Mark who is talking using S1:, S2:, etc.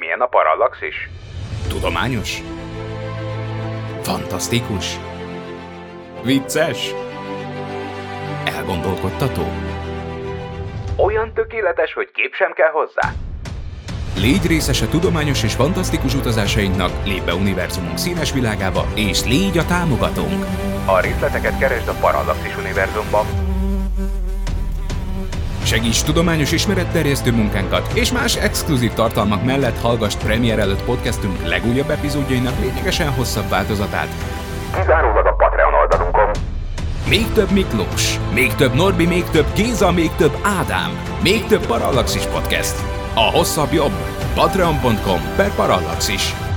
S1: Ilyen a parallaxis?
S2: Tudományos? Fantasztikus? Vicces? Elgondolkodtató?
S1: Olyan tökéletes, hogy kép sem kell hozzá?
S2: Légy részes a tudományos és fantasztikus utazásainknak, lép be univerzumunk színes világába, és légy a támogatónk!
S1: A részleteket keresd a Parallaxis univerzumban.
S2: Segíts tudományos ismeretterjesztő munkánkat, és más exkluzív tartalmak mellett hallgass premier előtt podcastünk legújabb epizódjainak lényegesen hosszabb változatát.
S1: Kizárólag a Patreon oldalunkon.
S2: Még több Miklós, még több Norbi, még több Géza, még több Ádám, még több Parallaxis Podcast. A hosszabb jobb. Patreon.com per Parallaxis.